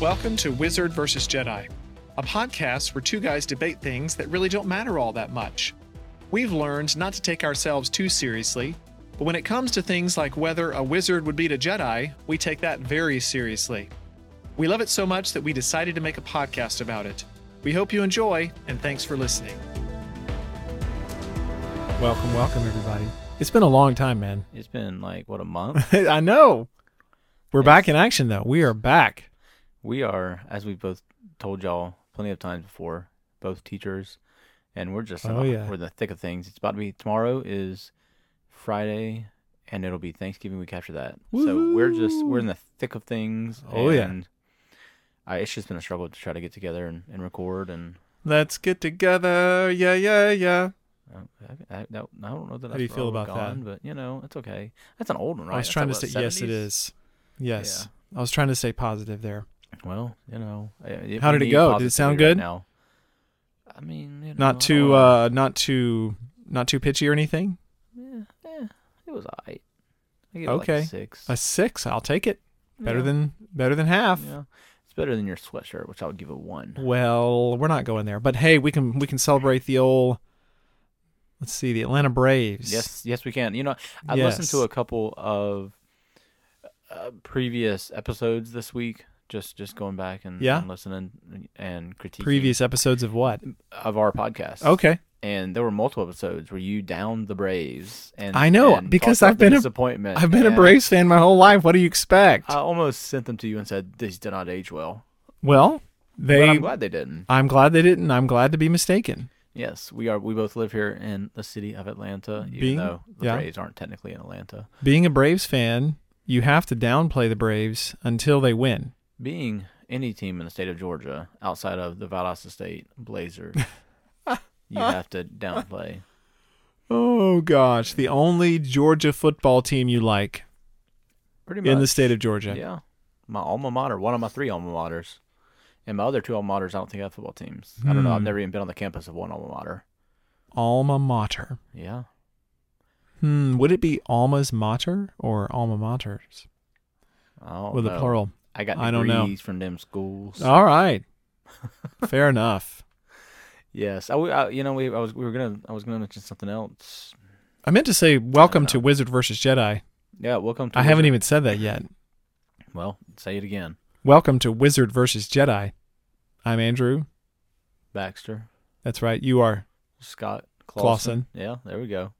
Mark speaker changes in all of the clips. Speaker 1: Welcome to Wizard vs. Jedi, a podcast where two guys debate things that really don't matter all that much. We've learned not to take ourselves too seriously, but when it comes to things like whether a wizard would beat a Jedi, we take that very seriously. We love it so much that we decided to make a podcast about it. We hope you enjoy, and thanks for listening.
Speaker 2: Welcome, welcome, everybody. It's been a long time, man.
Speaker 3: It's been like what a month.
Speaker 2: I know. We're back in action, though. We are back.
Speaker 3: we are, as we've both told y'all plenty of times before, both teachers, and we're just
Speaker 2: Oh, yeah.
Speaker 3: we're in the thick of things. It's about to be tomorrow is Friday, and it'll be Thanksgiving week after that. So we're just we're in the thick of things.
Speaker 2: Oh, yeah.
Speaker 3: and I, it's just been a struggle to try to get together and, and record and.
Speaker 2: Let's get together. Yeah, yeah, yeah.
Speaker 3: uh, I, I, I don't I don't know that
Speaker 2: How do you
Speaker 3: that's
Speaker 2: feel
Speaker 3: where we're
Speaker 2: about that?
Speaker 3: gone, But you know, it's okay. That's an old one, right?
Speaker 2: I was
Speaker 3: That's
Speaker 2: trying to
Speaker 3: like,
Speaker 2: say,
Speaker 3: what,
Speaker 2: yes, it
Speaker 3: 70s?
Speaker 2: is. Yes. I was trying to stay positive there.
Speaker 3: Well, you know, I- I-
Speaker 2: How
Speaker 3: we
Speaker 2: did it
Speaker 3: need
Speaker 2: go? Did it sound
Speaker 3: positivity right
Speaker 2: good?
Speaker 3: now, I mean, you know, I
Speaker 2: Not
Speaker 3: don't
Speaker 2: too,
Speaker 3: wanna-
Speaker 2: uh, not too, not too pitchy or anything.
Speaker 3: Yeah, yeah, it was alright. I give it
Speaker 2: Okay.
Speaker 3: like a six.
Speaker 2: A six. I'll take it. Better
Speaker 3: Yeah,
Speaker 2: than, better than half.
Speaker 3: yeah. It's better than your sweatshirt, which I would give a one.
Speaker 2: Well, we're not going there, but hey, we can, we can celebrate the old. Let's see, the Atlanta Braves.
Speaker 3: Yes, yes, we can. You know, I listened to
Speaker 2: Yes.
Speaker 3: a couple of uh, previous episodes this week. Just just going back and,
Speaker 2: Yeah?
Speaker 3: and listening and critiquing
Speaker 2: Previous episodes of what?
Speaker 3: of our podcast.
Speaker 2: Okay.
Speaker 3: and there were multiple episodes where you downed the Braves. And
Speaker 2: I know,
Speaker 3: and
Speaker 2: because
Speaker 3: talked about
Speaker 2: I've been
Speaker 3: the
Speaker 2: a-
Speaker 3: disappointment.
Speaker 2: I've been a
Speaker 3: and
Speaker 2: Braves fan my whole life. What do you expect?
Speaker 3: I almost sent them to you and said these did not age well.
Speaker 2: Well, they.
Speaker 3: But I'm glad they didn't.
Speaker 2: I'm glad they didn't. I'm glad to be mistaken.
Speaker 3: Yes, we are. We both live here in the city of Atlanta, even
Speaker 2: Being-
Speaker 3: though the
Speaker 2: yeah.
Speaker 3: Braves aren't technically in Atlanta.
Speaker 2: Being a Braves fan, you have to downplay the Braves until they win.
Speaker 3: Being any team in the state of Georgia outside of the Valdosta State Blazers, you have to downplay.
Speaker 2: Oh gosh, the only Georgia football team you like
Speaker 3: Pretty much
Speaker 2: in the state of Georgia.
Speaker 3: Yeah, my alma mater, one of my three alma maters, and my other two alma maters. I don't think have football teams. I don't know. I've
Speaker 2: Hmm.
Speaker 3: never even been on the campus of one alma mater.
Speaker 2: Alma mater.
Speaker 3: Yeah,
Speaker 2: Hmm, would it be alma's mater or alma maters
Speaker 3: I don't
Speaker 2: with
Speaker 3: know.
Speaker 2: a plural?
Speaker 3: I got degrees
Speaker 2: I don't know.
Speaker 3: from them schools.
Speaker 2: All right. Fair enough.
Speaker 3: Yes, I, w- I- you know we I was we were gonna I was gonna mention something else.
Speaker 2: I meant to say welcome to
Speaker 3: know.
Speaker 2: Wizard versus Jedi.
Speaker 3: Yeah, welcome. to
Speaker 2: I haven't
Speaker 3: Wizard-
Speaker 2: even said that yet.
Speaker 3: Well, say it again,
Speaker 2: Welcome to Wizard versus Jedi. I'm Andrew.
Speaker 3: Baxter,
Speaker 2: That's right. You are
Speaker 3: Scott,
Speaker 2: Clausen.
Speaker 3: Clausen. Yeah, there we go.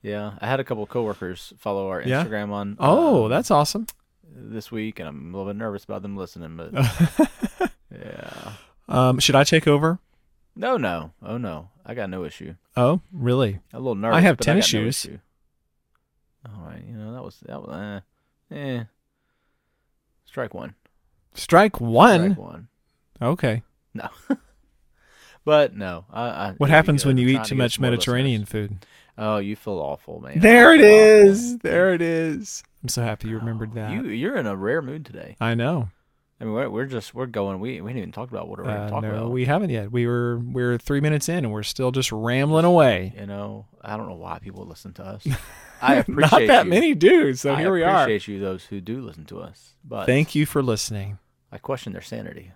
Speaker 3: Yeah, I had a couple of coworkers follow our
Speaker 2: Yeah?
Speaker 3: Instagram on.
Speaker 2: Oh,
Speaker 3: uh,
Speaker 2: that's awesome.
Speaker 3: this week, and I'm a little bit nervous about them listening, but
Speaker 2: Oh.
Speaker 3: yeah,
Speaker 2: um, should I take over?
Speaker 3: no, no, oh no, I got no issue.
Speaker 2: Oh, really?
Speaker 3: A little nervous.
Speaker 2: have
Speaker 3: but
Speaker 2: tennis
Speaker 3: got no
Speaker 2: shoes.
Speaker 3: issue. All right, you know that was that was eh, eh. strike one.
Speaker 2: Strike one.
Speaker 3: Strike one.
Speaker 2: Okay.
Speaker 3: No. But no, I, I,
Speaker 2: What
Speaker 3: it'll be
Speaker 2: happens when
Speaker 3: good.
Speaker 2: you
Speaker 3: I'm
Speaker 2: eat
Speaker 3: trying to
Speaker 2: too
Speaker 3: get
Speaker 2: much
Speaker 3: some more
Speaker 2: Mediterranean
Speaker 3: listeners.
Speaker 2: food?
Speaker 3: Oh, you feel awful, man.
Speaker 2: There
Speaker 3: I
Speaker 2: it
Speaker 3: feel awful.
Speaker 2: is. There it is. I'm so happy you remembered that.
Speaker 3: You you're in a rare mood today.
Speaker 2: I know.
Speaker 3: I mean, we're, we're just we're going. We we didn't even talk about what we're going
Speaker 2: Uh,
Speaker 3: to talk
Speaker 2: no,
Speaker 3: about.
Speaker 2: we haven't yet. We were we are three minutes in, and we're still just rambling away.
Speaker 3: you know, I don't know why people listen to us. I
Speaker 2: Not
Speaker 3: appreciate
Speaker 2: that
Speaker 3: you.
Speaker 2: many do. So
Speaker 3: I
Speaker 2: here we are.
Speaker 3: Appreciate you, those who do listen to us. But
Speaker 2: Thank you for listening.
Speaker 3: I question their sanity.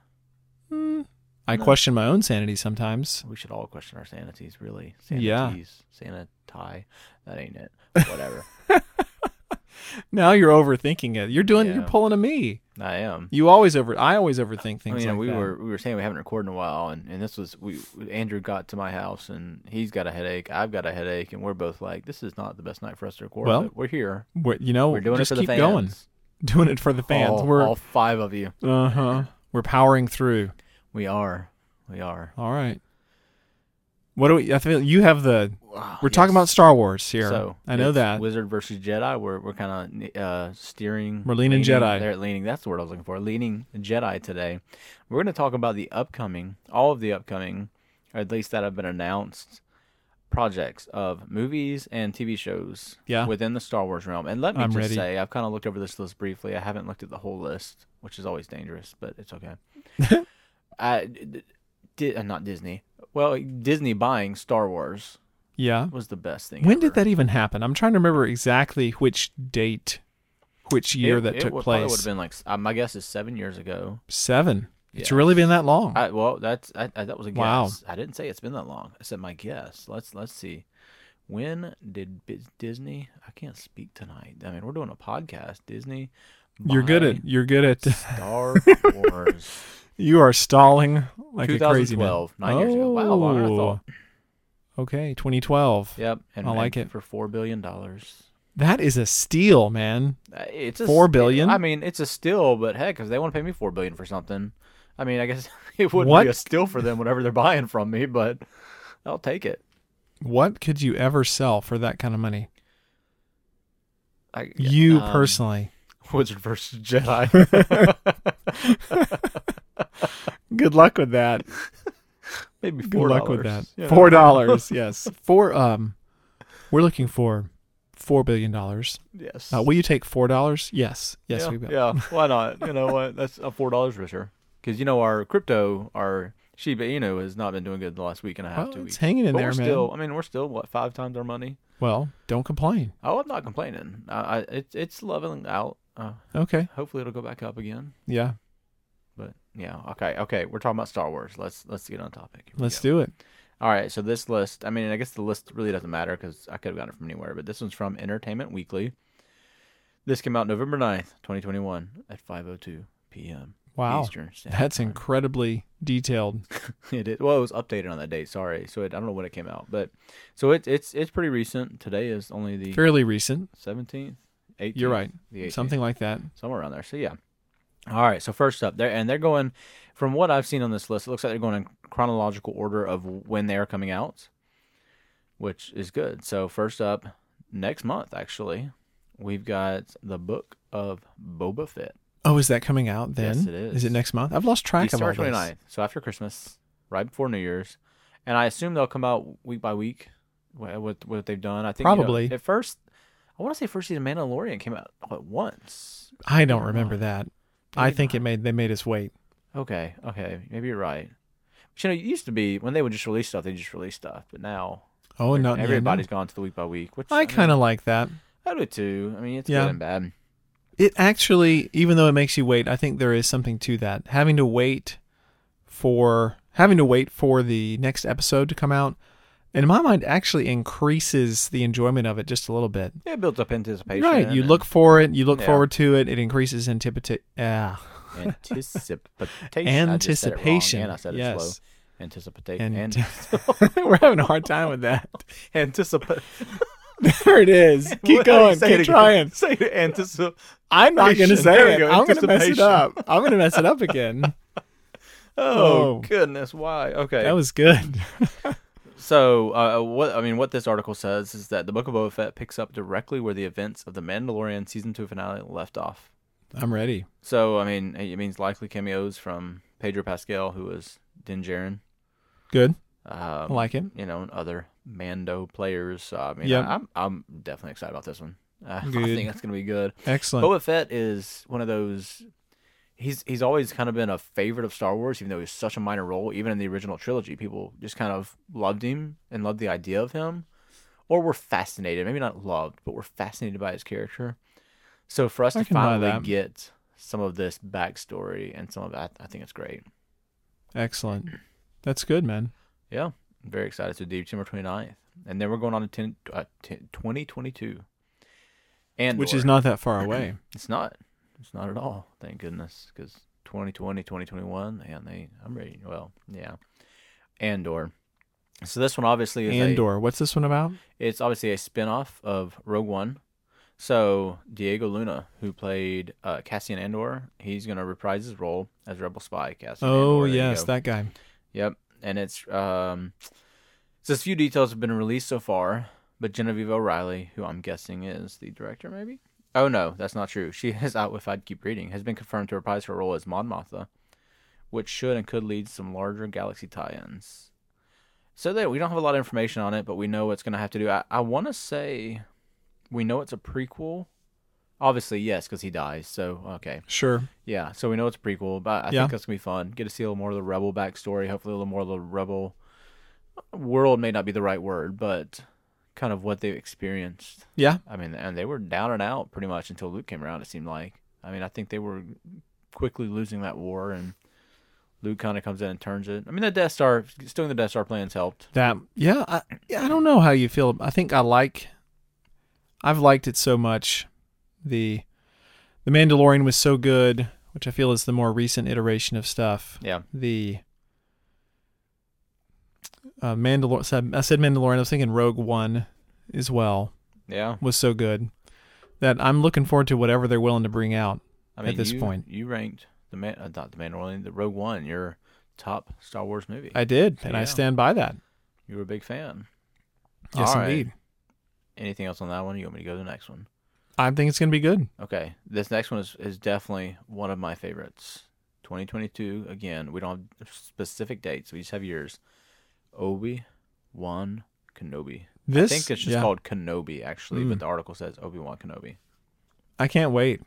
Speaker 2: Hmm. I
Speaker 3: No.
Speaker 2: question my own sanity sometimes.
Speaker 3: We should all question our sanities, really.
Speaker 2: Yeah.
Speaker 3: Sanities, sanitize. That ain't it. Whatever.
Speaker 2: Now you're overthinking it. You're doing. You're
Speaker 3: Yeah.
Speaker 2: pulling a me.
Speaker 3: I am.
Speaker 2: You always over. I always overthink things.
Speaker 3: I mean,
Speaker 2: like
Speaker 3: we
Speaker 2: that.
Speaker 3: were we were saying we haven't recorded in a while, and, and this was we Andrew got to my house and he's got a headache, I've got a headache, and we're both like, this is not the best night for us to record.
Speaker 2: Well,
Speaker 3: but we're here,
Speaker 2: We're, you know,
Speaker 3: we're doing
Speaker 2: just
Speaker 3: it for
Speaker 2: keep
Speaker 3: the fans.
Speaker 2: going. Doing it for the fans.
Speaker 3: all,
Speaker 2: we're
Speaker 3: all five of you.
Speaker 2: uh huh. We're powering through.
Speaker 3: We are, we are.
Speaker 2: All right. What do we? I feel you have the. We're talking about
Speaker 3: Yes.
Speaker 2: Star Wars here.
Speaker 3: So
Speaker 2: I know
Speaker 3: it's
Speaker 2: that.
Speaker 3: Wizard versus Jedi. We're we're kind of uh, steering.
Speaker 2: We're leaning Jedi.
Speaker 3: They're leaning. That's the word I was looking for. Leaning Jedi today. We're going to talk about the upcoming, all of the upcoming, or at least that have been announced projects of movies and TV shows
Speaker 2: Yeah.
Speaker 3: within the Star Wars realm. And let me
Speaker 2: I'm
Speaker 3: just
Speaker 2: ready.
Speaker 3: say, I've kind of looked over this list briefly. I haven't looked at the whole list, which is always dangerous, but it's okay. I, d- di- uh, not Disney. Well, Disney buying Star Wars
Speaker 2: yeah.
Speaker 3: was the best thing.
Speaker 2: When did
Speaker 3: ever.
Speaker 2: that even happen? I'm trying to remember exactly which date. which year
Speaker 3: It-
Speaker 2: that
Speaker 3: it
Speaker 2: took
Speaker 3: would, Would have
Speaker 2: place.
Speaker 3: been like s- uh, my guess is seven years ago.
Speaker 2: Seven. It's
Speaker 3: Yeah.
Speaker 2: really been that long.
Speaker 3: I, well, that's I, I, that was a guess.
Speaker 2: Wow.
Speaker 3: I didn't say it's been that long. I said my guess. Let's let's see. When did Bi- Disney? I can't speak tonight. I mean, we're doing a podcast. Disney.
Speaker 2: you're good
Speaker 3: buy
Speaker 2: at you're good at
Speaker 3: Star Wars.
Speaker 2: you are stalling like a crazy man.
Speaker 3: 2012, nine years ago. Wow, longer than I thought.
Speaker 2: Oh. Okay, 2012.
Speaker 3: Yep. And
Speaker 2: I like
Speaker 3: made
Speaker 2: it.
Speaker 3: for four billion dollars. Uh,
Speaker 2: That is a steal, man.
Speaker 3: It's a
Speaker 2: Four
Speaker 3: s-
Speaker 2: billion?
Speaker 3: I mean, it's a steal, but heck, if they want to pay me four billion for something, I mean, I guess it would
Speaker 2: What?
Speaker 3: be a steal for them, whatever they're buying from me. But I'll take it.
Speaker 2: What could you ever sell for that kind of money?
Speaker 3: I,
Speaker 2: you
Speaker 3: um,
Speaker 2: personally.
Speaker 3: Wizard versus Jedi.
Speaker 2: Good luck with that.
Speaker 3: Maybe
Speaker 2: Good
Speaker 3: four
Speaker 2: luck with that.
Speaker 3: dollars. Yeah.
Speaker 2: Four dollars, yes. Four um we're looking for four billion dollars.
Speaker 3: Yes.
Speaker 2: Uh, will you take four dollars? Yes. Yes,
Speaker 3: yeah,
Speaker 2: we will.
Speaker 3: Yeah. Why not? You know what? That's uh, four dollars richer. Because you know our crypto, our Shiba Inu has not been doing good the last week and a half,
Speaker 2: Well,
Speaker 3: two
Speaker 2: Oh, it's
Speaker 3: weeks.
Speaker 2: hanging in
Speaker 3: but
Speaker 2: there,
Speaker 3: we're
Speaker 2: man.
Speaker 3: still. I mean, we're still what five times our money.
Speaker 2: Well, don't complain.
Speaker 3: Oh, I'm not complaining. I, I it's it's leveling out. Uh,
Speaker 2: Okay.
Speaker 3: hopefully, it'll go back up again.
Speaker 2: Yeah.
Speaker 3: But yeah, okay, okay. We're talking about Star Wars. Let's let's get on topic. Here we
Speaker 2: Let's
Speaker 3: go.
Speaker 2: do it.
Speaker 3: All right, so this list, I mean, I guess the list really doesn't matter because I could have gotten it from anywhere, but this one's from Entertainment Weekly. This came out November 9th, 2021 at 5.02 p.m.
Speaker 2: Wow.
Speaker 3: Eastern Standard
Speaker 2: That's
Speaker 3: Time.
Speaker 2: incredibly detailed.
Speaker 3: It is, well, it was updated on that date, sorry. So it, I don't know when it came out, but so it's it's it's pretty recent. Today is only the
Speaker 2: Fairly recent.
Speaker 3: 17th, 18th.
Speaker 2: You're right.
Speaker 3: The 18th,
Speaker 2: Something like that.
Speaker 3: Somewhere around there. So yeah. All right, so first up, there and they're going from what I've seen on this list, it looks like they're going in chronological order of when they are coming out, which is good. So first up, next month actually, we've got the book of Boba Fett.
Speaker 2: Oh, is that coming out then?
Speaker 3: Yes, it is.
Speaker 2: Is it next month? I've lost track
Speaker 3: December
Speaker 2: of all this.
Speaker 3: 29th, so after Christmas, right before New Year's, and I assume they'll come out week by week wha- with what they've done. I think you know,
Speaker 2: Probably.
Speaker 3: at first, I want to say first season Mandalorian came out at once.
Speaker 2: I don't remember that. I
Speaker 3: Maybe
Speaker 2: think
Speaker 3: not.
Speaker 2: it made they made us wait.
Speaker 3: Okay, okay, maybe you're right. But you know, it used to be when they would just release stuff, they just release stuff. But now
Speaker 2: Oh no, yeah,
Speaker 3: everybody's gone to the week by week, which
Speaker 2: no. I kind
Speaker 3: of
Speaker 2: of like that.
Speaker 3: I do too. I mean, it's
Speaker 2: Yeah.
Speaker 3: good and bad.
Speaker 2: It actually, even though it makes you wait, I think there is something to that. Having to wait for having to wait for the next episode to come out, in my mind, actually increases the enjoyment of it just a little bit.
Speaker 3: Yeah, it builds up anticipation.
Speaker 2: Right, you
Speaker 3: and
Speaker 2: look for it, you look
Speaker 3: Yeah.
Speaker 2: forward to it. It increases antipati- ah,
Speaker 3: anticipation.
Speaker 2: anticipation.
Speaker 3: I just said it wrong, and I said it
Speaker 2: yes,
Speaker 3: slow. Anticipate
Speaker 2: And-
Speaker 3: and,
Speaker 2: we're having a hard time with that.
Speaker 3: anticipate.
Speaker 2: There it is. Keep going.
Speaker 3: Say it
Speaker 2: Keep
Speaker 3: again.
Speaker 2: trying.
Speaker 3: Say anticipate.
Speaker 2: I'm not going to
Speaker 3: Anticipation.
Speaker 2: say
Speaker 3: There
Speaker 2: it.
Speaker 3: we go.
Speaker 2: I'm going to mess it
Speaker 3: Anticipation.
Speaker 2: up. I'm going to mess it up again.
Speaker 3: Oh,
Speaker 2: Oh.
Speaker 3: goodness, why? Okay,
Speaker 2: That was good.
Speaker 3: So, uh, what I mean, what this article says is that the Book of Boba Fett picks up directly where the events of the Mandalorian season two finale left off.
Speaker 2: I'm ready.
Speaker 3: So, I mean, it means likely cameos from Pedro Pascal, who was Din Djarin,
Speaker 2: Good.
Speaker 3: um,
Speaker 2: I like it.
Speaker 3: you know, and other Mando players. So, I mean,
Speaker 2: Yep.
Speaker 3: I, am I'm definitely excited about this one. Uh, I
Speaker 2: Good.
Speaker 3: think that's gonna be good.
Speaker 2: Excellent.
Speaker 3: Boba Fett is one of those. He's he's always kind of been a favorite of Star Wars, even though he's such a minor role. Even in the original trilogy, people just kind of loved him and loved the idea of him, or were fascinated. Maybe not loved, but were fascinated by his character. So for us
Speaker 2: I
Speaker 3: to
Speaker 2: can buy
Speaker 3: finally
Speaker 2: that.
Speaker 3: get some of this backstory and some of that, I think it's great.
Speaker 2: Excellent. That's good, man.
Speaker 3: Yeah, I'm very excited. So December 29th, and then we're going on to 10, uh, 10, 2022, and
Speaker 2: Which is not that far away.
Speaker 3: It's not. It's not at all. Thank goodness, because 2020, 2021, and they. I'm ready. Well, yeah. Andor. So this one obviously is a-
Speaker 2: Andor. What's this one about?
Speaker 3: it's obviously a spin-off of Rogue One. So Diego Luna, who played uh, Cassian Andor, he's gonna reprise his role as rebel spy Cassian.
Speaker 2: Oh,
Speaker 3: Andor. There you
Speaker 2: yes,
Speaker 3: go.
Speaker 2: that guy.
Speaker 3: Yep, and it's um, so few details have been released so far, but Genevieve O'Reilly, who I'm guessing is the director, maybe. Oh no, that's not true. She has out if I'd keep reading has been confirmed to reprise her role as Mon Mothma, which should and could lead to some larger galaxy tie-ins. So there, we don't have a lot of information on it, but we know it's going to have to do. I, I want to say, we know it's a prequel. Obviously, yes, because he dies. So okay,
Speaker 2: Sure.
Speaker 3: yeah, so we know it's a prequel, but I
Speaker 2: Yeah.
Speaker 3: think that's gonna be fun. Get to see a little more of the rebel uh, backstory. Hopefully, a little more of the rebel world may not be the right word, but kind of what they experienced.
Speaker 2: Yeah.
Speaker 3: I mean, and they were down and out pretty much until Luke came around. It seemed like. I mean, I think they were quickly losing that war, and Luke kind of comes in and turns it. I mean, the Death Star, still the Death Star plans helped.
Speaker 2: That yeah, I yeah, I don't know how you feel. I think I like I've liked it so much. The The Mandalorian was so good, which I feel is the more recent iteration of stuff.
Speaker 3: Yeah.
Speaker 2: The uh, Mandalor so I said Mandalorian, I was thinking Rogue One as well
Speaker 3: Yeah.
Speaker 2: was so good that I'm looking forward to whatever they're willing to bring out.
Speaker 3: I
Speaker 2: At
Speaker 3: mean,
Speaker 2: this
Speaker 3: you-
Speaker 2: point.
Speaker 3: you ranked the man, uh, not the Mandalorian, the Rogue One, your top Star Wars movie.
Speaker 2: I did, and I
Speaker 3: Yeah.
Speaker 2: stand by that.
Speaker 3: you were a big fan.
Speaker 2: Yes,
Speaker 3: All right.
Speaker 2: indeed.
Speaker 3: Anything else on that one? You want me to go to the next one?
Speaker 2: I think it's gonna be good.
Speaker 3: Okay, this next one is, is definitely one of my favorites. 2022, again, we don't have specific dates, we just have years. Obi Wan Kenobi.
Speaker 2: This
Speaker 3: I think it's just
Speaker 2: yeah,
Speaker 3: called Kenobi, actually,
Speaker 2: Mm.
Speaker 3: but the article says Obi Wan Kenobi.
Speaker 2: I can't wait.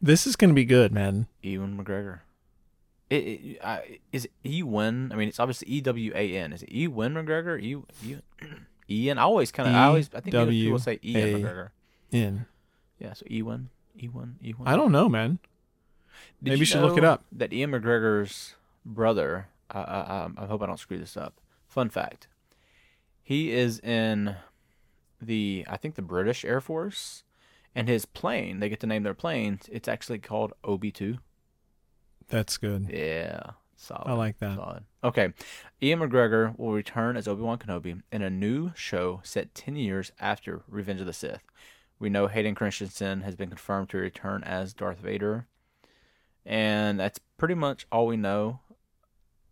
Speaker 2: This is gonna be good, man.
Speaker 3: Ewan McGregor. It, it, I, is it Ewan? I mean, it's obviously E W A N. Is it Ewan McGregor? E, e, Ian? I always kind of, I always, I think people say Ian
Speaker 2: E W A-
Speaker 3: McGregor.
Speaker 2: In
Speaker 3: Yeah, so E Ewan, Ewan, Ewan.
Speaker 2: I don't know, man.
Speaker 3: Did
Speaker 2: Maybe you should look it
Speaker 3: know
Speaker 2: up.
Speaker 3: That Ian McGregor's brother. I, I, um, I hope I don't screw this up. Fun fact: He is in the I think the British Air Force, and his plane. They get to name their planes. It's actually called OB two.
Speaker 2: That's good.
Speaker 3: Yeah, solid.
Speaker 2: I like that.
Speaker 3: Solid. Okay, Ian McGregor will return as Obi Wan Kenobi in a new show set ten years after Revenge of the Sith. We know Hayden Christensen has been confirmed to return as Darth Vader, and that's pretty much all we know.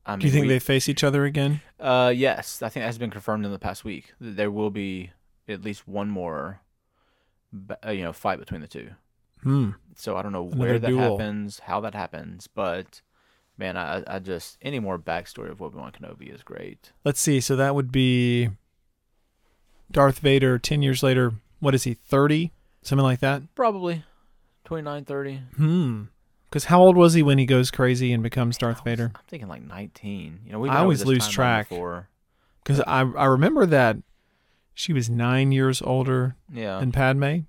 Speaker 3: I mean,
Speaker 2: Do you think
Speaker 3: we-
Speaker 2: they face each other again?
Speaker 3: Uh, yes, I think that has been confirmed in the past week. Th- There will be at least one more, ba- uh, you know, fight between the two.
Speaker 2: Hmm.
Speaker 3: So I don't know
Speaker 2: Another
Speaker 3: where that
Speaker 2: duel.
Speaker 3: happens, how that happens, but man, I, I- I just any more backstory of Obi Wan Kenobi is great.
Speaker 2: Let's see. So that would be Darth Vader 10 years later. What is he, 30? Something like that?
Speaker 3: Probably 29, 30.
Speaker 2: Hmm. Because how old was he when he goes crazy and becomes Darth Vader?
Speaker 3: I'm thinking like nineteen. You know, we
Speaker 2: I always lose track.
Speaker 3: Before.
Speaker 2: Because I, I remember that she was nine years older
Speaker 3: Yeah.
Speaker 2: than Padme.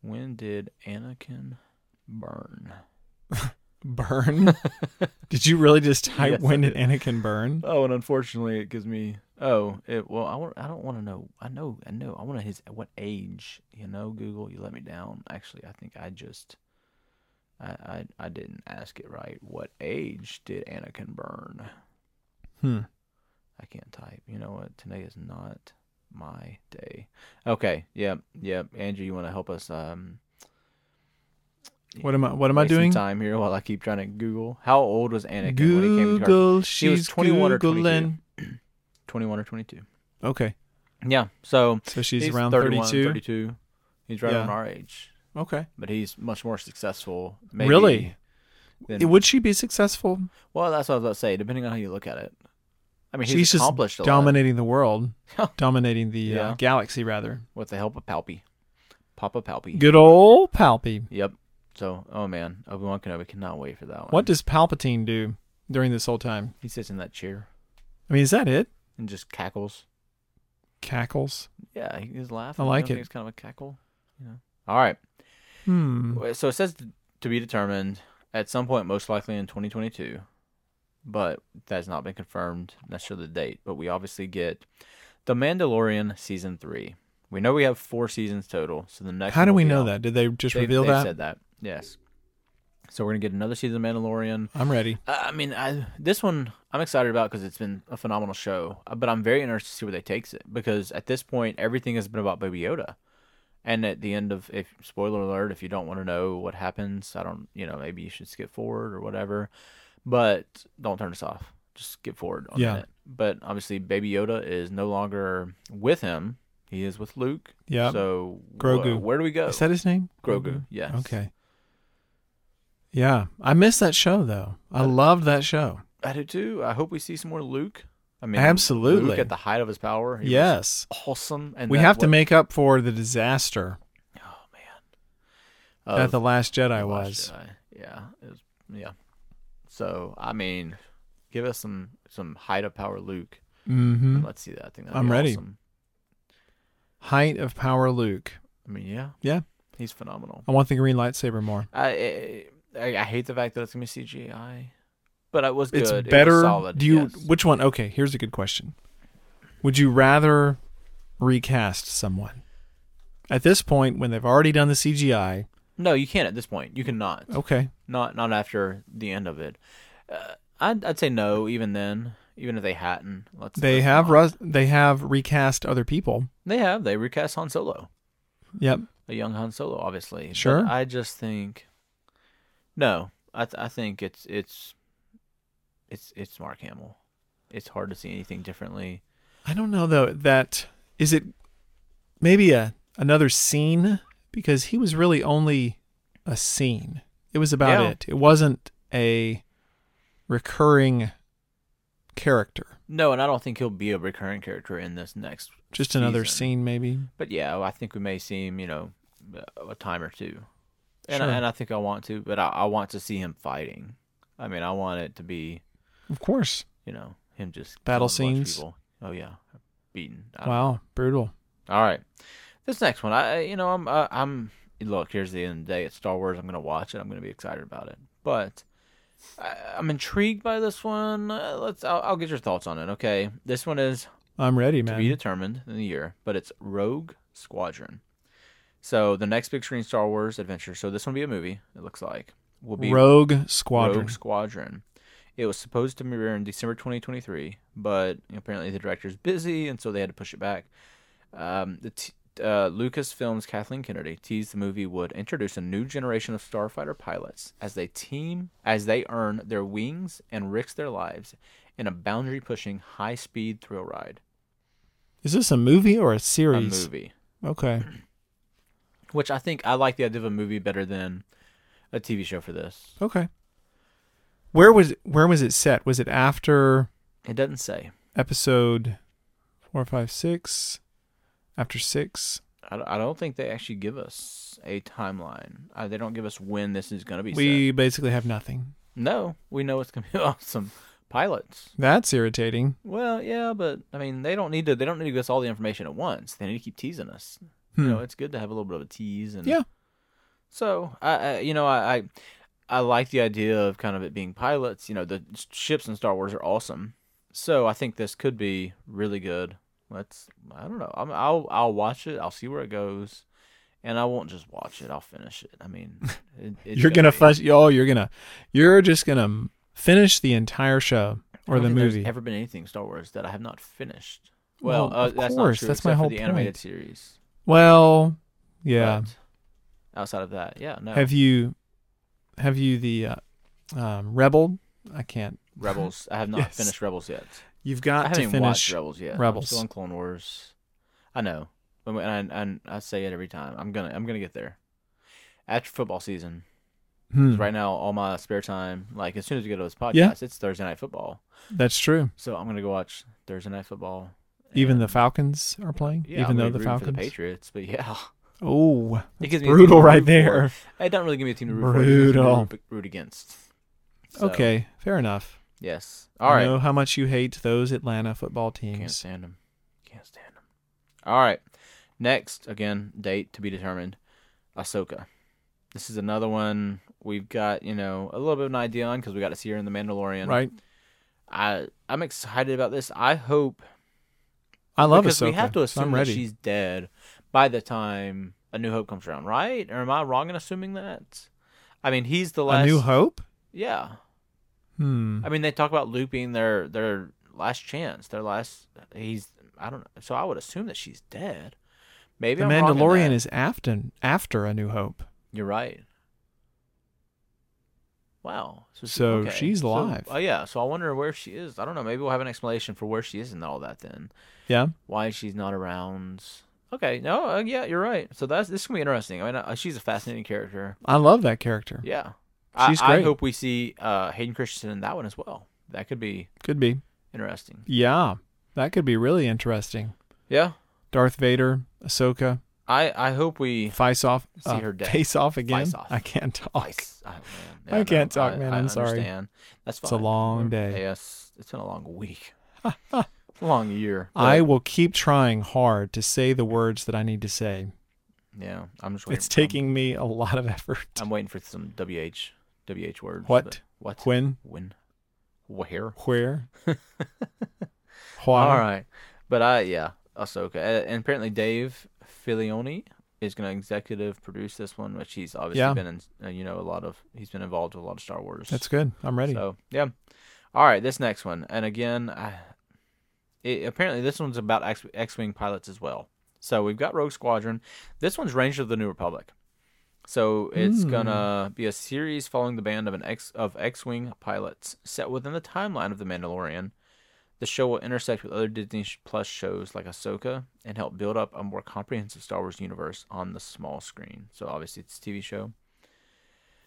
Speaker 3: when did Anakin burn?
Speaker 2: Burn? did you really just type
Speaker 3: Yes, I
Speaker 2: when did Anakin burn?
Speaker 3: Oh, and unfortunately, it gives me. Oh, it. Well, I want. I don't want to know. I know. I know. I want to his what age. You know, Google, you let me down. Actually, I think I just. I, I I didn't ask it right. What age did Anakin burn?
Speaker 2: Hmm.
Speaker 3: I can't type. You know what? Today is not my day. Okay. Yep. Yep. Andrew, you want to help us? Um.
Speaker 2: What am I, what am I
Speaker 3: waste some
Speaker 2: doing?
Speaker 3: Time here while I keep trying to Google. How old was Anakin when he came to Earth?
Speaker 2: Google.
Speaker 3: He was
Speaker 2: She's
Speaker 3: 21 or 22.
Speaker 2: Googling.
Speaker 3: Twenty-one or twenty-two.
Speaker 2: Okay.
Speaker 3: Yeah. So
Speaker 2: So she's
Speaker 3: He's
Speaker 2: around
Speaker 3: 31,
Speaker 2: 32.
Speaker 3: 32. He's right
Speaker 2: Yeah.
Speaker 3: on our age,
Speaker 2: Okay.
Speaker 3: but he's much more successful. Maybe,
Speaker 2: Really?
Speaker 3: than-
Speaker 2: Would she be successful?
Speaker 3: well, that's what I was about to say. Depending on how you look at it, I mean, he's
Speaker 2: She's just
Speaker 3: accomplished a lot
Speaker 2: dominating the world, dominating the uh,
Speaker 3: Yeah.
Speaker 2: galaxy rather.
Speaker 3: with the help of Palpy, Papa Palpy.
Speaker 2: Good old Palpy.
Speaker 3: Yep. So, oh man, Obi Wan Kenobi cannot wait for that one.
Speaker 2: What does Palpatine do during this whole time?
Speaker 3: He sits in that chair
Speaker 2: I mean, is that it?
Speaker 3: and just cackles.
Speaker 2: Cackles.
Speaker 3: Yeah, he- he's laughing.
Speaker 2: I
Speaker 3: You
Speaker 2: like
Speaker 3: don't think
Speaker 2: it.
Speaker 3: It's kind of a cackle. You know. All right.
Speaker 2: Hmm.
Speaker 3: Well, So it says t- to be determined at some point, most likely in 2022, but that's not been confirmed necessarily the date. But we obviously get The Mandalorian season three. We know we have four seasons total. So the next.
Speaker 2: How do
Speaker 3: one will
Speaker 2: we
Speaker 3: be
Speaker 2: know
Speaker 3: out.
Speaker 2: that? Did they just
Speaker 3: They-
Speaker 2: reveal
Speaker 3: they
Speaker 2: that?
Speaker 3: said that. Yes. So we're gonna get another season of Mandalorian.
Speaker 2: I'm ready.
Speaker 3: Uh, I mean, I, this one I'm excited about because it's been a phenomenal show. uh, But I'm very interested to see where they takes it because at this point, everything has been about Baby Yoda. And at the end of, if spoiler alert, if you don't want to know what happens, I don't, you know, maybe you should skip forward or whatever. But don't turn us off. Just skip forward. On
Speaker 2: Yeah.
Speaker 3: That. But obviously, Baby Yoda is no longer with him. He is with Luke.
Speaker 2: Yeah.
Speaker 3: So
Speaker 2: Grogu.
Speaker 3: wh- where do we go?
Speaker 2: Is that his name?
Speaker 3: Grogu. Yes.
Speaker 2: Okay. Yeah, I missed that show though. I loved that show.
Speaker 3: I do too. I hope we see some more Luke. I mean,
Speaker 2: Absolutely.
Speaker 3: Luke at the height of his power. He was
Speaker 2: Yes.
Speaker 3: awesome. And
Speaker 2: We
Speaker 3: that
Speaker 2: have to
Speaker 3: what-
Speaker 2: make up for the disaster
Speaker 3: Oh man,
Speaker 2: that
Speaker 3: Of
Speaker 2: The Last Jedi
Speaker 3: The Last
Speaker 2: was.
Speaker 3: Jedi. Yeah, it was, yeah. So I mean, give us some some height of power, Luke.
Speaker 2: Mm-hmm.
Speaker 3: Let's see that. I think that'd
Speaker 2: I'm
Speaker 3: be
Speaker 2: ready.
Speaker 3: Awesome.
Speaker 2: Height of power, Luke.
Speaker 3: I mean, yeah,
Speaker 2: Yeah.
Speaker 3: he's phenomenal.
Speaker 2: I want the green lightsaber more.
Speaker 3: I I, I hate the fact that it's gonna be CGI, but it was good.
Speaker 2: It's
Speaker 3: It was
Speaker 2: better.
Speaker 3: solid,
Speaker 2: Do you
Speaker 3: yes.
Speaker 2: which one? Okay, here's a good question. Would you rather recast someone? At this point, when they've already done the CGI,
Speaker 3: No, you can't at this point. You cannot.
Speaker 2: okay,
Speaker 3: Not not after the end of it. Uh, I'd I'd say no. Even then, even if they hadn't, let's.
Speaker 2: they
Speaker 3: let's
Speaker 2: have
Speaker 3: not.
Speaker 2: res- they have recast other people.
Speaker 3: They have. They recast Han Solo,
Speaker 2: Yep,
Speaker 3: a young Han Solo, obviously. But
Speaker 2: Sure.
Speaker 3: I just think. No, I th- I think it's it's, it's it's Mark Hamill. It's hard to see anything differently.
Speaker 2: I don't know though. That is it. Maybe a another scene because he was really only a scene. It was about
Speaker 3: Yeah.
Speaker 2: it. It wasn't a recurring character.
Speaker 3: No, and I don't think he'll be a recurring character in this next.
Speaker 2: Just another
Speaker 3: Season.
Speaker 2: scene, maybe.
Speaker 3: But yeah, I think we may see him, you know, a time or two, and
Speaker 2: Sure.
Speaker 3: I, and I think I want to, but I, I want to see him fighting. I mean, I want it to be,
Speaker 2: Of course.
Speaker 3: you know, him just
Speaker 2: Battle
Speaker 3: killing a bunch of
Speaker 2: scenes.
Speaker 3: people. Oh yeah, beaten. I-
Speaker 2: Wow, brutal.
Speaker 3: All right, this next one, I you know I'm I, I'm look here's the end of the day. It's Star Wars. I'm gonna watch it. I'm gonna be excited about it, but. I, I'm intrigued by this one. Uh, let's. I'll, I'll get your thoughts on it. Okay, this one is
Speaker 2: I'm ready,
Speaker 3: to
Speaker 2: man.
Speaker 3: be determined in the year, but it's Rogue Squadron. So the next big screen Star Wars adventure. So this one will be a movie. It looks like will be Rogue
Speaker 2: Rogue Squadron.
Speaker 3: Squadron. It was supposed to premiere in December 2023, but apparently the director's busy, and so they had to push it back. Um, the t- uh, Lucasfilm's Kathleen Kennedy teased the movie would introduce a new generation of starfighter pilots as they team as they earn their wings and risk their lives in a boundary-pushing high-speed thrill ride.
Speaker 2: Is this a movie or a
Speaker 3: A
Speaker 2: series?
Speaker 3: movie.
Speaker 2: Okay.
Speaker 3: which I think I like the idea of a movie better than a TV show for this.
Speaker 2: Okay. Where was where was it set? Was it after
Speaker 3: It doesn't say.
Speaker 2: episode four, five, six? After six?
Speaker 3: I, I don't think they actually give us a timeline. Uh, they don't give us when this is going to be set.
Speaker 2: We basically have nothing.
Speaker 3: No, we know it's going to be awesome. Pilots.
Speaker 2: That's irritating.
Speaker 3: Well, yeah, but I mean, they don't need to. They don't need to give us all the information at once. They need to keep teasing us. You
Speaker 2: Hmm.
Speaker 3: know, it's good to have a little bit of a tease and
Speaker 2: Yeah.
Speaker 3: So I, I you know, I, I I like the idea of kind of it being pilots. You know, the ships in Star Wars are awesome. So I think this could be really good. Let's. I don't know. I'm, I'll I'll watch it. I'll see where it goes, and I won't just watch it. I'll finish it. I mean, it, it's
Speaker 2: You're gonna
Speaker 3: be-
Speaker 2: fuss y'all, you're gonna you're just gonna finish the entire show
Speaker 3: I
Speaker 2: or
Speaker 3: don't
Speaker 2: the
Speaker 3: think there's
Speaker 2: movie.
Speaker 3: Ever been anything Star Wars that I have not finished? Well,
Speaker 2: Well,
Speaker 3: uh,
Speaker 2: of
Speaker 3: that's
Speaker 2: course,
Speaker 3: not true.
Speaker 2: that's my
Speaker 3: except for
Speaker 2: whole
Speaker 3: the animated
Speaker 2: point.
Speaker 3: series.
Speaker 2: well, yeah.
Speaker 3: But outside of that, yeah, no.
Speaker 2: Have you have you the uh, um, Rebel? I can't.
Speaker 3: Rebels. I have not
Speaker 2: Yes.
Speaker 3: finished Rebels yet.
Speaker 2: You've
Speaker 3: I
Speaker 2: got
Speaker 3: haven't
Speaker 2: to
Speaker 3: even watched
Speaker 2: finish.
Speaker 3: Rebels yet. I'm
Speaker 2: Rebels.
Speaker 3: still on Clone Wars. I know, and and and I say it every time. I'm gonna I'm gonna get there. After football season,
Speaker 2: Hmm,
Speaker 3: 'Cause right now all my spare time, like as soon as we go to this podcast,
Speaker 2: Yeah.
Speaker 3: it's Thursday night football.
Speaker 2: That's true.
Speaker 3: So I'm gonna go watch Thursday night football.
Speaker 2: Even the
Speaker 3: and-
Speaker 2: Falcons are playing.
Speaker 3: yeah,
Speaker 2: even
Speaker 3: I'm
Speaker 2: though
Speaker 3: gonna
Speaker 2: the
Speaker 3: be rooting for
Speaker 2: Falcons.
Speaker 3: the Patriots, but yeah,
Speaker 2: oh,
Speaker 3: it gives me a team
Speaker 2: brutal
Speaker 3: to
Speaker 2: right
Speaker 3: root for.
Speaker 2: there.
Speaker 3: It doesn't really give me a team to root for. It gives me a team to
Speaker 2: Brutal.
Speaker 3: root- root against. So,
Speaker 2: Okay, fair enough.
Speaker 3: Yes. All right.
Speaker 2: I know how much you hate those Atlanta football
Speaker 3: Can't
Speaker 2: teams.
Speaker 3: stand him. Can't stand him. All right. Next, again, date to be determined. Ahsoka. This is another one we've got, you know, a little bit of an idea on because we got to see her in The Mandalorian.
Speaker 2: Right.
Speaker 3: I I'm excited about this. I hope
Speaker 2: I love
Speaker 3: because
Speaker 2: Ahsoka.
Speaker 3: we have to
Speaker 2: so
Speaker 3: assume
Speaker 2: I'm ready.
Speaker 3: that she's dead by the time A New Hope comes around, right? Or am I wrong in assuming that? I mean, he's the last. Uh,
Speaker 2: A New Hope.
Speaker 3: Yeah.
Speaker 2: Hmm.
Speaker 3: I mean, they talk about Luke being their their last chance, their last. He's I don't know. So I would assume that she's dead. Maybe
Speaker 2: The
Speaker 3: I'm wrong in
Speaker 2: Mandalorian
Speaker 3: that.
Speaker 2: is after after A New Hope,
Speaker 3: You're right. Wow. she-
Speaker 2: So she's
Speaker 3: So-
Speaker 2: alive.
Speaker 3: oh yeah. So I wonder where she is. I don't know. Maybe we'll have an explanation for where she is and all that then.
Speaker 2: yeah.
Speaker 3: Why she's not around. Okay. No. Uh, yeah. You're right. So that's this is gonna be interesting. I mean, uh, she's a fascinating character.
Speaker 2: I love that character.
Speaker 3: Yeah.
Speaker 2: She's
Speaker 3: I, I
Speaker 2: great.
Speaker 3: hope we see uh, Hayden Christensen in that one as well. That could be
Speaker 2: Could be.
Speaker 3: interesting.
Speaker 2: Yeah, that could be really interesting.
Speaker 3: Yeah.
Speaker 2: Darth Vader, Ahsoka,
Speaker 3: I, I hope we.
Speaker 2: face off, uh,
Speaker 3: See her death.
Speaker 2: face off again.
Speaker 3: off.
Speaker 2: I can't talk.
Speaker 3: Ice. I, man.
Speaker 2: I can't talk, man.
Speaker 3: I
Speaker 2: I'm sorry.
Speaker 3: understand. That's fine.
Speaker 2: It's a long
Speaker 3: We're-
Speaker 2: day.
Speaker 3: Yes, it's been a long week. long year. but-
Speaker 2: I will keep trying hard to say the words that I need to say.
Speaker 3: yeah, I'm just waiting.
Speaker 2: It's
Speaker 3: for-
Speaker 2: taking me a lot of effort.
Speaker 3: I'm, I'm waiting for some wh wh words.
Speaker 2: What?
Speaker 3: but- What?
Speaker 2: When,
Speaker 3: When? Where?
Speaker 2: where,
Speaker 3: All
Speaker 2: why?
Speaker 3: right, but I yeah, Ahsoka, A- and apparently Dave Filioni is going to executive produce this one, which he's obviously
Speaker 2: Yeah.
Speaker 3: been in. uh, You know, a lot of he's been involved with a lot of Star Wars.
Speaker 2: That's good. I'm ready.
Speaker 3: So yeah, all right, this next one, and again, I, it, apparently this one's about X, X-wing pilots as well. So we've got Rogue Squadron. This one's Ranger of the New Republic. So it's
Speaker 2: Hmm.
Speaker 3: gonna be a series following the band of an X of X-wing pilots set within the timeline of the Mandalorian. The show will intersect with other Disney Plus shows like Ahsoka and help build up a more comprehensive Star Wars universe on the small screen. So obviously it's a TV show.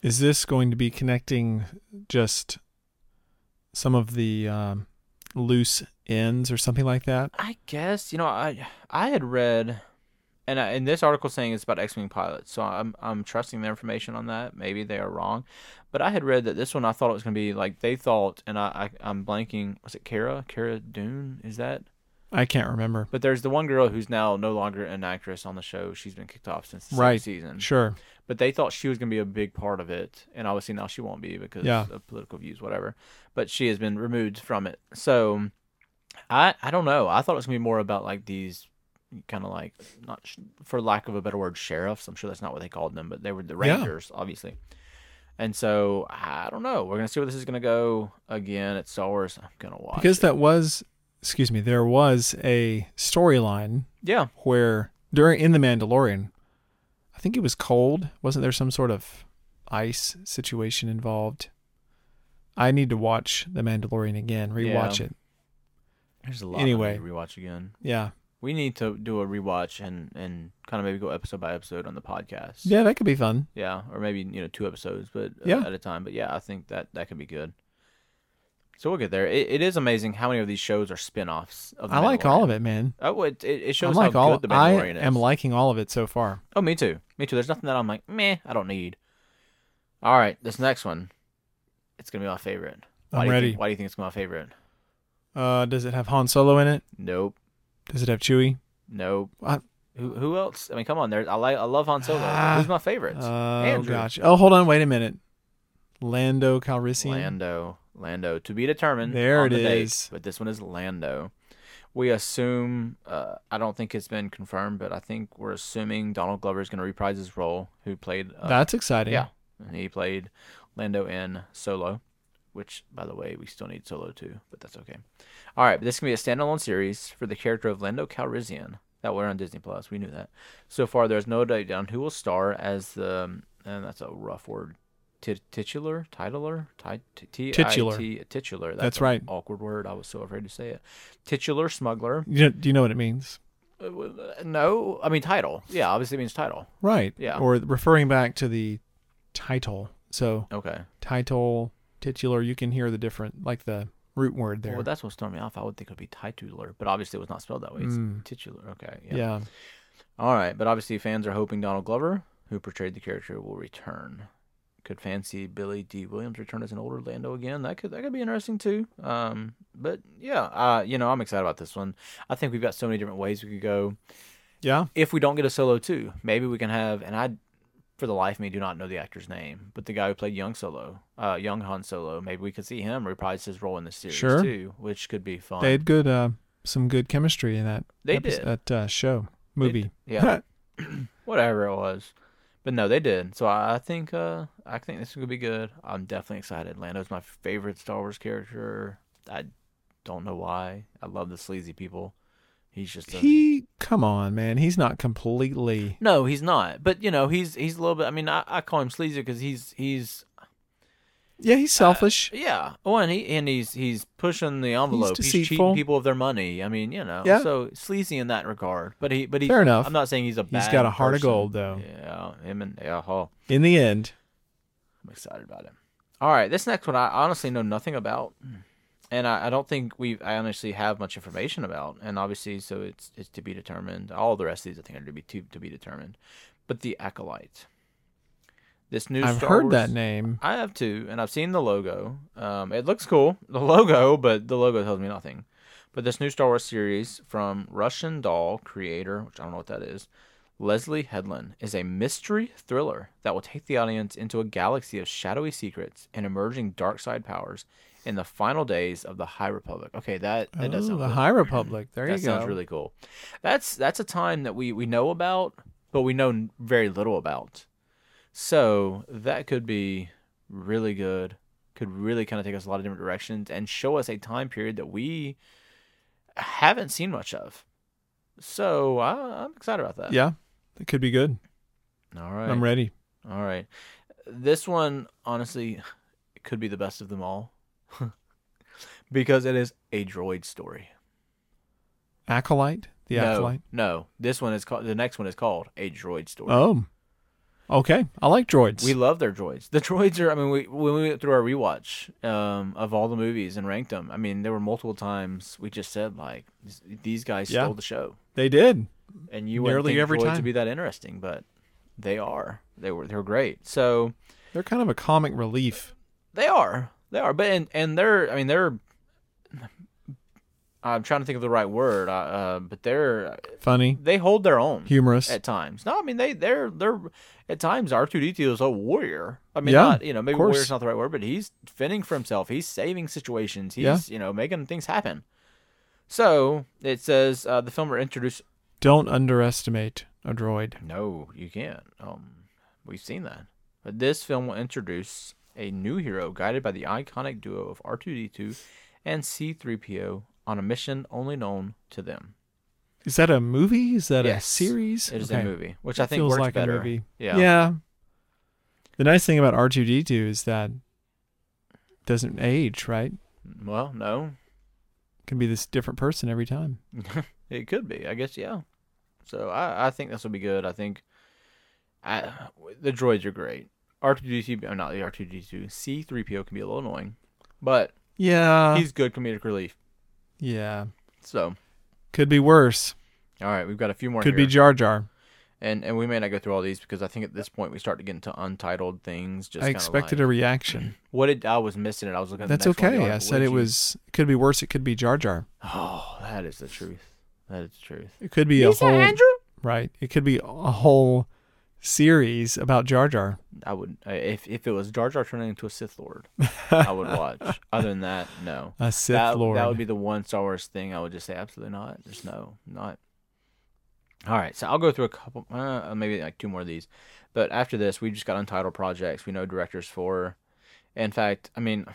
Speaker 2: Is this going to be connecting just some of the um, loose ends or something like that?
Speaker 3: I guess you know I I had read, and I, and this article saying it's about X-wing pilots, so I'm I'm trusting their information on that. Maybe they are wrong, but I had read that this one I thought it was gonna be like they thought, and I, I I'm blanking. Was it Kara Kara Dune? Is that?
Speaker 2: I can't remember.
Speaker 3: But there's the one girl who's now no longer an actress on the show. She's been kicked off since the second
Speaker 2: Right.
Speaker 3: season.
Speaker 2: Sure.
Speaker 3: But they thought she was gonna be a big part of it, and obviously now she won't be because
Speaker 2: Yeah.
Speaker 3: of political views, whatever. But she has been removed from it, so. I I don't know. I thought it was gonna be more about like these kind of like not sh- for lack of a better word sheriffs. I'm sure that's not what they called them, but they were the
Speaker 2: Yeah.
Speaker 3: rangers, obviously. And so I don't know. We're gonna see where this is gonna go again at Star Wars. I'm gonna watch
Speaker 2: Because
Speaker 3: it.
Speaker 2: that was, excuse me, there was a storyline
Speaker 3: yeah
Speaker 2: where during in the Mandalorian, I think it was cold. Wasn't there some sort of ice situation involved? I need to watch the Mandalorian again, rewatch
Speaker 3: Yeah.
Speaker 2: it.
Speaker 3: there's a lot.
Speaker 2: Anyway.
Speaker 3: Anyway, rewatch again.
Speaker 2: Yeah,
Speaker 3: We need to do a rewatch and and kind of maybe go episode by episode on the podcast.
Speaker 2: yeah, that could be fun.
Speaker 3: Yeah, or maybe you know two episodes, but uh,
Speaker 2: Yeah.
Speaker 3: at a time. But yeah, I think that that could be good. So we'll get there. It, it is amazing how many of these shows are spin-offs of. The
Speaker 2: I like all
Speaker 3: Mandalorian.
Speaker 2: of it, man.
Speaker 3: Oh, well, it, it it
Speaker 2: I
Speaker 3: shows
Speaker 2: like
Speaker 3: how
Speaker 2: all.
Speaker 3: good the
Speaker 2: I
Speaker 3: Mandalorian is.
Speaker 2: am liking all of it so far.
Speaker 3: oh, me too. Me too. There's nothing that I'm like, meh, I don't need. All right, this next one, it's gonna be my favorite. Why
Speaker 2: I'm
Speaker 3: do you
Speaker 2: ready.
Speaker 3: Think, why do you think it's gonna be my favorite?
Speaker 2: Uh, does it have Han Solo in it?
Speaker 3: Nope,
Speaker 2: Does it have Chewie?
Speaker 3: nope.
Speaker 2: What?
Speaker 3: Who who else? I mean, come on. There, I like I love Han Solo. but
Speaker 2: Ah.
Speaker 3: Who's my favorite?
Speaker 2: Oh
Speaker 3: Andrew.
Speaker 2: gosh. Oh, hold on. Wait a minute. Lando Calrissian.
Speaker 3: Lando. Lando. To be determined.
Speaker 2: There
Speaker 3: on
Speaker 2: it
Speaker 3: the date,
Speaker 2: is.
Speaker 3: but this one is Lando. We assume, uh, I don't think it's been confirmed, but I think we're assuming Donald Glover is going to reprise his role, who played. Uh,
Speaker 2: That's exciting.
Speaker 3: Yeah. And he played Lando in Solo, which, by the way, we still need Solo too, but that's okay. All right, but this can be a standalone series for the character of Lando Calrissian that were on Disney Plus. We knew that. So far, there's no doubt down who will star as the, and that's a rough word, Ti- titular, titular, Ti- ti- T-
Speaker 2: Titular.
Speaker 3: I- T- titular.
Speaker 2: That's
Speaker 3: an
Speaker 2: right.
Speaker 3: Awkward word. I was so afraid to say it. Titular smuggler.
Speaker 2: You know, do you know what it means?
Speaker 3: Uh, well, uh, No, I mean title. Yeah, obviously it means title.
Speaker 2: Right.
Speaker 3: Yeah.
Speaker 2: Or referring back to the title. So
Speaker 3: Okay.
Speaker 2: title, titular, you can hear the different, like the root word there.
Speaker 3: Well, that's what started me off. I would think it would be titular, but obviously it was not spelled that way. It's
Speaker 2: Mm.
Speaker 3: titular. Okay.
Speaker 2: yeah.
Speaker 3: Yeah. All right. But obviously, fans are hoping Donald Glover, who portrayed the character, will return. Could fancy Billy D. Williams return as an older Lando again. That could that could be interesting too. Um, but yeah, uh, you know, I'm excited about this one. I think we've got so many different ways we could go.
Speaker 2: Yeah.
Speaker 3: If we don't get a solo too, maybe we can have. And I, for the life of me, do not know the actor's name, but the guy who played young Solo, uh, young Han Solo, maybe we could see him reprise his role in this series
Speaker 2: Sure.
Speaker 3: too, which could be fun.
Speaker 2: They had good, uh, some good chemistry in that.
Speaker 3: They did.
Speaker 2: That uh, show,
Speaker 3: They
Speaker 2: movie.
Speaker 3: d- yeah. Whatever it was. But no, they did. So I, I think uh I think this is gonna be good. I'm definitely excited. Lando's my favorite Star Wars character. I don't know why. I love the sleazy people. He's just a
Speaker 2: He, come on, man. He's not completely.
Speaker 3: No, he's not. But you know, he's he's a little bit I mean, I, I call him sleazy because he's he's
Speaker 2: Yeah, he's selfish.
Speaker 3: yeah. Oh, and he and he's he's pushing the envelope. He's,
Speaker 2: deceitful.
Speaker 3: cheating people of their money. I mean, you know.
Speaker 2: Yeah.
Speaker 3: So sleazy in that regard. But he but he
Speaker 2: Fair enough.
Speaker 3: I'm not saying he's a bad
Speaker 2: he's got a heart
Speaker 3: person.
Speaker 2: of gold, though.
Speaker 3: Yeah, him and yeah, oh,
Speaker 2: In the end,
Speaker 3: I'm excited about it. All right, this next one I honestly know nothing about, and I, I don't think we I honestly have much information about, and obviously so it's it's to be determined. All the rest of these I think are to be to, to be determined, but the acolyte. This new
Speaker 2: I've
Speaker 3: Star
Speaker 2: heard
Speaker 3: Wars-
Speaker 2: that name.
Speaker 3: I have too, and I've seen the logo. Um, it looks cool, the logo, but the logo tells me nothing. But this new Star Wars series from Russian doll creator, which I don't know what that is, Leslie Headland, is a mystery thriller that will take the audience into a galaxy of shadowy secrets and emerging dark side powers in the final days of the High Republic. Okay, that, that does
Speaker 2: oh,
Speaker 3: sound
Speaker 2: the
Speaker 3: cool.
Speaker 2: High Republic. There
Speaker 3: that
Speaker 2: you go.
Speaker 3: sounds really cool. That's that's a time that we we know about, but we know n- very little about. So that could be really good. Could really kind of take us a lot of different directions and show us a time period that we haven't seen much of. So I, I'm excited about that.
Speaker 2: yeah, it could be good.
Speaker 3: All right.
Speaker 2: I'm ready.
Speaker 3: All right. This one, honestly, could be the best of them all because it is a droid story.
Speaker 2: Acolyte, the
Speaker 3: no,
Speaker 2: acolyte.
Speaker 3: No, this one is called. The next one is called a droid story.
Speaker 2: Oh, okay. I like droids.
Speaker 3: We love their droids. The droids are. I mean, we when we went through our rewatch um, of all the movies and ranked them. I mean, there were multiple times we just said like these- these guys
Speaker 2: Yeah.
Speaker 3: stole the show,
Speaker 2: they did.
Speaker 3: and you wouldn't
Speaker 2: Nearly
Speaker 3: think
Speaker 2: every
Speaker 3: droids
Speaker 2: time.
Speaker 3: would be that interesting, but they are. They were. They were great. So
Speaker 2: They're kind of a comic relief.
Speaker 3: they are. They are. But and and they're. I mean, they're. I'm trying to think of the right word, uh, uh, but they're
Speaker 2: Funny,
Speaker 3: they hold their own.
Speaker 2: humorous.
Speaker 3: at times. No, I mean they they're they're at times R two D two is a warrior. I mean,
Speaker 2: Yeah,
Speaker 3: not you know maybe
Speaker 2: of course.
Speaker 3: warrior's not the right word, but he's fending for himself. He's saving situations. He's
Speaker 2: Yeah.
Speaker 3: you know making things happen. So it says uh, the film will introduce.
Speaker 2: Don't underestimate a droid.
Speaker 3: No, you can't. Um, we've seen that. But this film will introduce a new hero guided by the iconic duo of R two D two and C three PO on a mission only known to them.
Speaker 2: Is that a movie? Is that
Speaker 3: Yes,
Speaker 2: a series?
Speaker 3: It is
Speaker 2: Okay.
Speaker 3: a movie, which I
Speaker 2: It
Speaker 3: think
Speaker 2: feels
Speaker 3: works
Speaker 2: like
Speaker 3: better.
Speaker 2: a movie.
Speaker 3: Yeah.
Speaker 2: The nice thing about R2D2 is that it doesn't age, right?
Speaker 3: Well, no,
Speaker 2: Can be this different person every time.
Speaker 3: It could be, I guess, yeah. So I, I think this will be good. I think I, the droids are great. R2D2, oh, not the R2D2, C3PO can be a little annoying, but
Speaker 2: Yeah.
Speaker 3: he's good comedic relief.
Speaker 2: yeah.
Speaker 3: So,
Speaker 2: Could be worse.
Speaker 3: all right, we've got a few more.
Speaker 2: Could be
Speaker 3: here.
Speaker 2: Jar Jar.
Speaker 3: and and we may not go through all these because I think at this point we start to get into untitled things. Just
Speaker 2: I
Speaker 3: kinda
Speaker 2: expected
Speaker 3: like,
Speaker 2: a reaction.
Speaker 3: what did I was missing it. I was looking. at the
Speaker 2: That's
Speaker 3: next one,
Speaker 2: okay.
Speaker 3: you're like,
Speaker 2: I
Speaker 3: what
Speaker 2: said
Speaker 3: did
Speaker 2: it
Speaker 3: you-
Speaker 2: was. It could be worse. It could be Jar Jar.
Speaker 3: Oh, that is the truth. That is the truth.
Speaker 2: It could be
Speaker 3: You
Speaker 2: a
Speaker 3: said
Speaker 2: whole.
Speaker 3: Andrew?
Speaker 2: Right. It could be a whole series about Jar Jar.
Speaker 3: I would I- if if it was Jar Jar turning into a Sith Lord, I would watch. Other than that, no.
Speaker 2: A Sith
Speaker 3: that,
Speaker 2: Lord.
Speaker 3: That would be the one Star Wars thing I would just say absolutely not. Just no, not. All right, so I'll go through a couple, uh, maybe like two more of these, but after this, we just got untitled projects. We know directors for. In fact, I mean,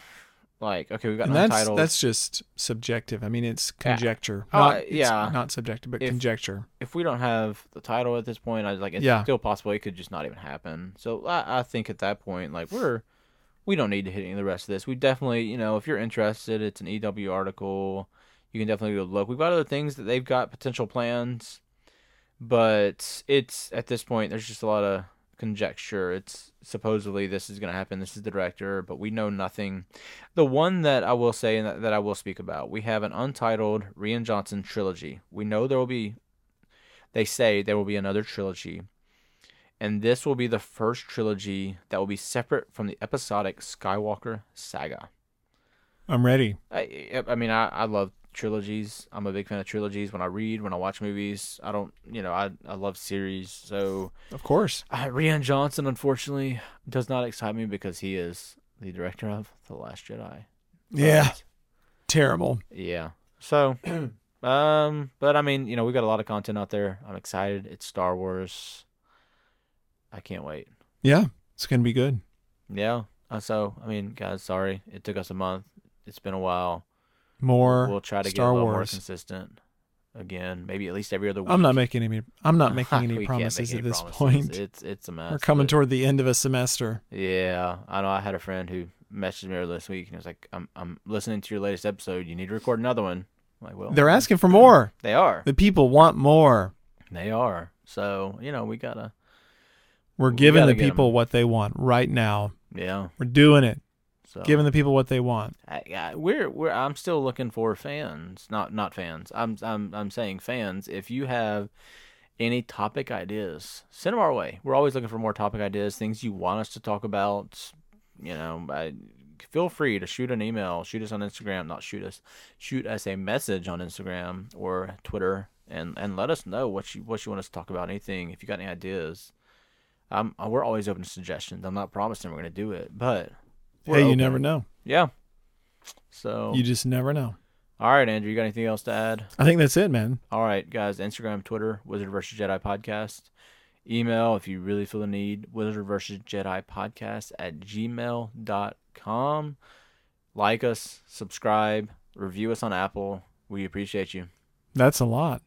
Speaker 3: like okay, we've got
Speaker 2: and that's
Speaker 3: untitled.
Speaker 2: that's just subjective. I mean, it's conjecture.
Speaker 3: Uh,
Speaker 2: not, it's
Speaker 3: yeah.
Speaker 2: not subjective, but
Speaker 3: If-
Speaker 2: conjecture.
Speaker 3: if we don't have the title at this point, I was like, it's
Speaker 2: Yeah.
Speaker 3: still possible it could just not even happen. So I, I think at that point, like we're we don't need to hit any of the rest of this. We definitely, you know, if you're interested, it's an EW article. You can definitely go look. We've got other things that they've got potential plans, but it's at this point there's just a lot of conjecture. It's supposedly this is going to happen. This is the director, but we know nothing. The one that I will say and that, that I will speak about, we have an untitled Rian Johnson trilogy. We know there will be they say there will be another trilogy, and this will be the first trilogy that will be separate from the episodic Skywalker saga.
Speaker 2: I'm ready.
Speaker 3: I, I- I mean, I, I love trilogies. I'm a big fan of trilogies. When I read, when I watch movies, I don't, you know, I, I love series. So,
Speaker 2: Of course.
Speaker 3: uh, Rian Johnson, unfortunately, does not excite me because he is the director of The Last Jedi.
Speaker 2: Yeah.
Speaker 3: But-
Speaker 2: Uh, Terrible.
Speaker 3: yeah. So, um, but I mean, you know, we've got a lot of content out there. I'm excited. It's Star Wars. I can't wait.
Speaker 2: Yeah. It's gonna be good.
Speaker 3: Yeah. Uh, so, I mean, guys, sorry. It took us a month. It's been a while.
Speaker 2: More.
Speaker 3: We'll try to get
Speaker 2: Star
Speaker 3: a little more
Speaker 2: Wars.
Speaker 3: consistent again. Maybe at least every other week.
Speaker 2: I'm not making any. I'm not making
Speaker 3: We can't
Speaker 2: any
Speaker 3: make
Speaker 2: promises
Speaker 3: any
Speaker 2: at this
Speaker 3: promises.
Speaker 2: point.
Speaker 3: It's it's a mess.
Speaker 2: We're coming
Speaker 3: but-
Speaker 2: toward the end of a semester.
Speaker 3: Yeah, I know. I had a friend who messaged me earlier this week and was like, "I'm I'm listening to your latest episode. You need to record another one." I'm like, well,
Speaker 2: They're asking for more.
Speaker 3: They are.
Speaker 2: The people want more.
Speaker 3: They are. So you know, we gotta.
Speaker 2: We're
Speaker 3: We
Speaker 2: giving
Speaker 3: gotta
Speaker 2: the
Speaker 3: get 'em.
Speaker 2: people what they want right now.
Speaker 3: Yeah.
Speaker 2: We're doing it.
Speaker 3: So
Speaker 2: Giving the people what they want.
Speaker 3: I, I, we're we're I'm still looking for fans, not not fans. I'm I'm I'm saying fans. If you have any topic ideas, send them our way. We're always looking for more topic ideas, things you want us to talk about. You know, I, topic, feel free to shoot an email, shoot us on Instagram, not shoot us, shoot us a message on Instagram or Twitter, and and let us know what you what you want us to talk about. Anything if you got any ideas, um, we're always open to suggestions. I'm not promising we're gonna do it, but we're
Speaker 2: hey, you
Speaker 3: open. Oh.
Speaker 2: never know.
Speaker 3: Yeah. So
Speaker 2: You just never know.
Speaker 3: all right, Andrew, you got anything else to add?
Speaker 2: I think that's it, man.
Speaker 3: All right, guys. Instagram, Twitter, Wizard versus Jedi podcast. Email, if you really feel the need, Wizard versus Jedi podcast at gmail.com. Like us, subscribe, review us on Apple. We appreciate you.
Speaker 2: That's a lot.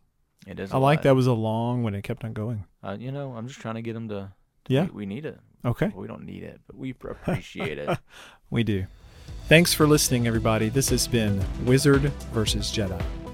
Speaker 3: It is.
Speaker 2: I
Speaker 3: a
Speaker 2: like
Speaker 3: lot.
Speaker 2: that was a long when it kept on going.
Speaker 3: Uh, you know, I'm just trying to get them to.
Speaker 2: Yeah.
Speaker 3: We, we need it.
Speaker 2: Okay.
Speaker 3: We don't need it, but we appreciate it.
Speaker 2: We do. Thanks for listening, everybody. This has been Wizard versus Jedi.